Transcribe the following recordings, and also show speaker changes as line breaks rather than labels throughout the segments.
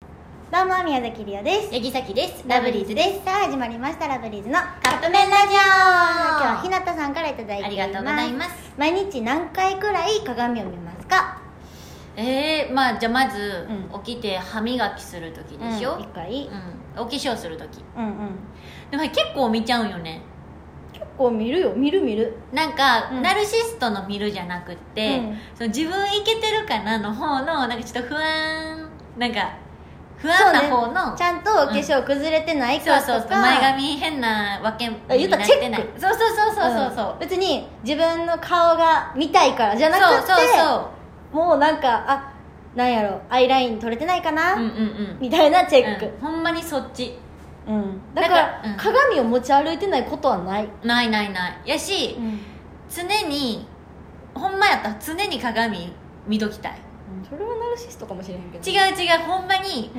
どうも宮崎りおです
八木崎です
ラブリーズですさあ始まりましたラブリーズの
カップ麺ラジ
今
オ
日は日
日
向さんからいただいて
ありがとうございます
毎日何回くらい鏡を見ますか
えー、まあじゃあまず、
うん
起きて歯磨きする時でしょ、
うん一回、
うんお化粧する時
うん、うん
でも結構見ちゃうんよね
結構見るよ見る見る
なんか、
うん
ナルシストの見るじゃなくって、
うん
その自分いけてるかなの方のなんかちょっと不安なんか不安な方の
ちゃんとお化粧崩れてない
そう
かとか、
そうそう前髪変なわけにな
言ったらチェック
ってないそうそうそうそうそう、
ん別に自分の顔が見たいからじゃなくて
そうそう
もうなんかあなんやろアイライン取れてないかな、
そううんうんうん
みたいなチェック
うん、ほんまにそっち
うん、だから
なんか
鏡を持ち歩いてないことはない、
ないないないやし、常にほんまやったら常に鏡見ときたい
それはナルシストかもしれへんけど
違う違うほんまに
う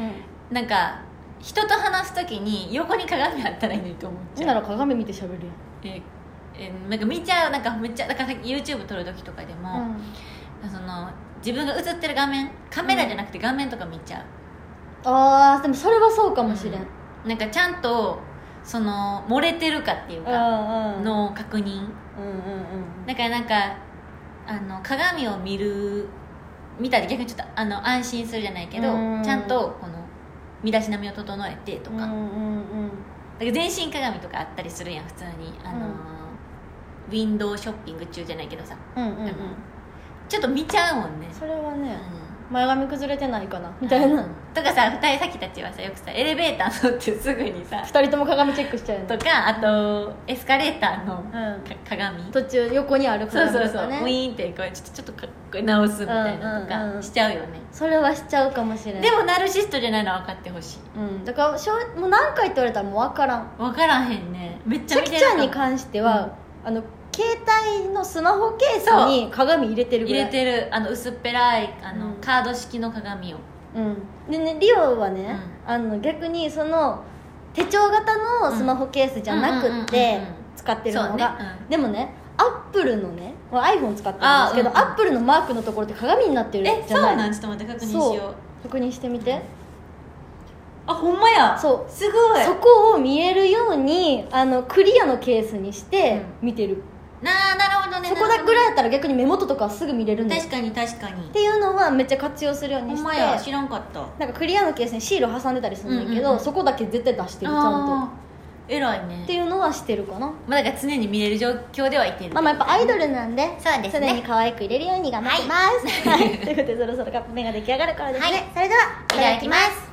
ん、
なんか人と話す時に横に鏡あったらいいのにと思っち
ほん
ゃ
な
う
ら鏡見て喋る
ええなんか見ちゃうなんかめっちゃだからさっき YouTube 撮る時とかで
やん、
も、その自分が映ってる画面カメラじゃなくて画面とか見ちゃう、
ああでもそれはそうかもしれん、
うんなんかちゃんとその漏れてるかっていうか
んの
の確認
うんうんうん
だからなんかあの鏡を見る見たり逆にちょっとあの安心するじゃないけど
うん
ちゃんとこの身だしなみを整えてとか,、
う
だか
んうんうん
ら全身鏡とかあったりするやん普通にあのー、ウィンドウショッピング中じゃないけどさ
うんうんうん
ちょっと見ちゃうもんね、
それは
う
ね
ん
前髪崩れてないかなみたいな
とかさ二人先たちはさよくさエレベーター乗ってすぐにさ
二人とも鏡チェックしちゃうよ
と
ね
かあとエスカレーターの
うん
か鏡
途中横にある
そう
鏡と
そ
か、
う
ね、
そう、ウィーンってこうちょっとちょっとかっこいい直すみたいなと
うんうんうん
かしちゃうよね、
それはしちゃうかもしれん
でもナルシストじゃないのは分かってほしい
うん、だからしょもう何回って言われたらもう分からん
分からへんねめっち
ち
ゃ
ゃ
見
き
てる
ちゃんに関しては、あの携帯のスマホケースに鏡入れてるぐ
入
らい
れてるあの薄っぺらいあ
う
の、
ん
カード式の鏡を
うん、でねリオはね、あの逆にその手帳型のスマホケースじゃなくって
うんうんうんうん
使ってるのが、
そうねう
でもねアップルのねこれ iPhone 使ってるんですけど、
あうんうん
アップルのマークのところって鏡になってる
え
じ
そう
ゃない
なんちょっと待って確認し
そう
よう
確認してみて
あほんまや
そう
すごい
そこを見えるようにあのクリアのケースにして見てる、
なあなるほどね
そこだぐらいやったら逆に目元とかはすぐ見れるん
な
で
る
す
ほ
っ
どね確かに確かに
ていうのはめっちゃ活用するよう
ほ
に
ん
し
まや
て
知らんかったあ
なんかクリアのケースにシール挟んでたりするんだけど、
うんうんうん
そこだけ絶対出してるちゃんと
あー偉い
って
ね
いうのはしてるかな
まあだから常に見れる状況ではいてる
まあまあやっぱアイドルなんで
そうですね
常に可愛く入れるように頑張ってます、はいということでそろそろカップ麺が出来上がるからですね、
はい
それではい
ただきます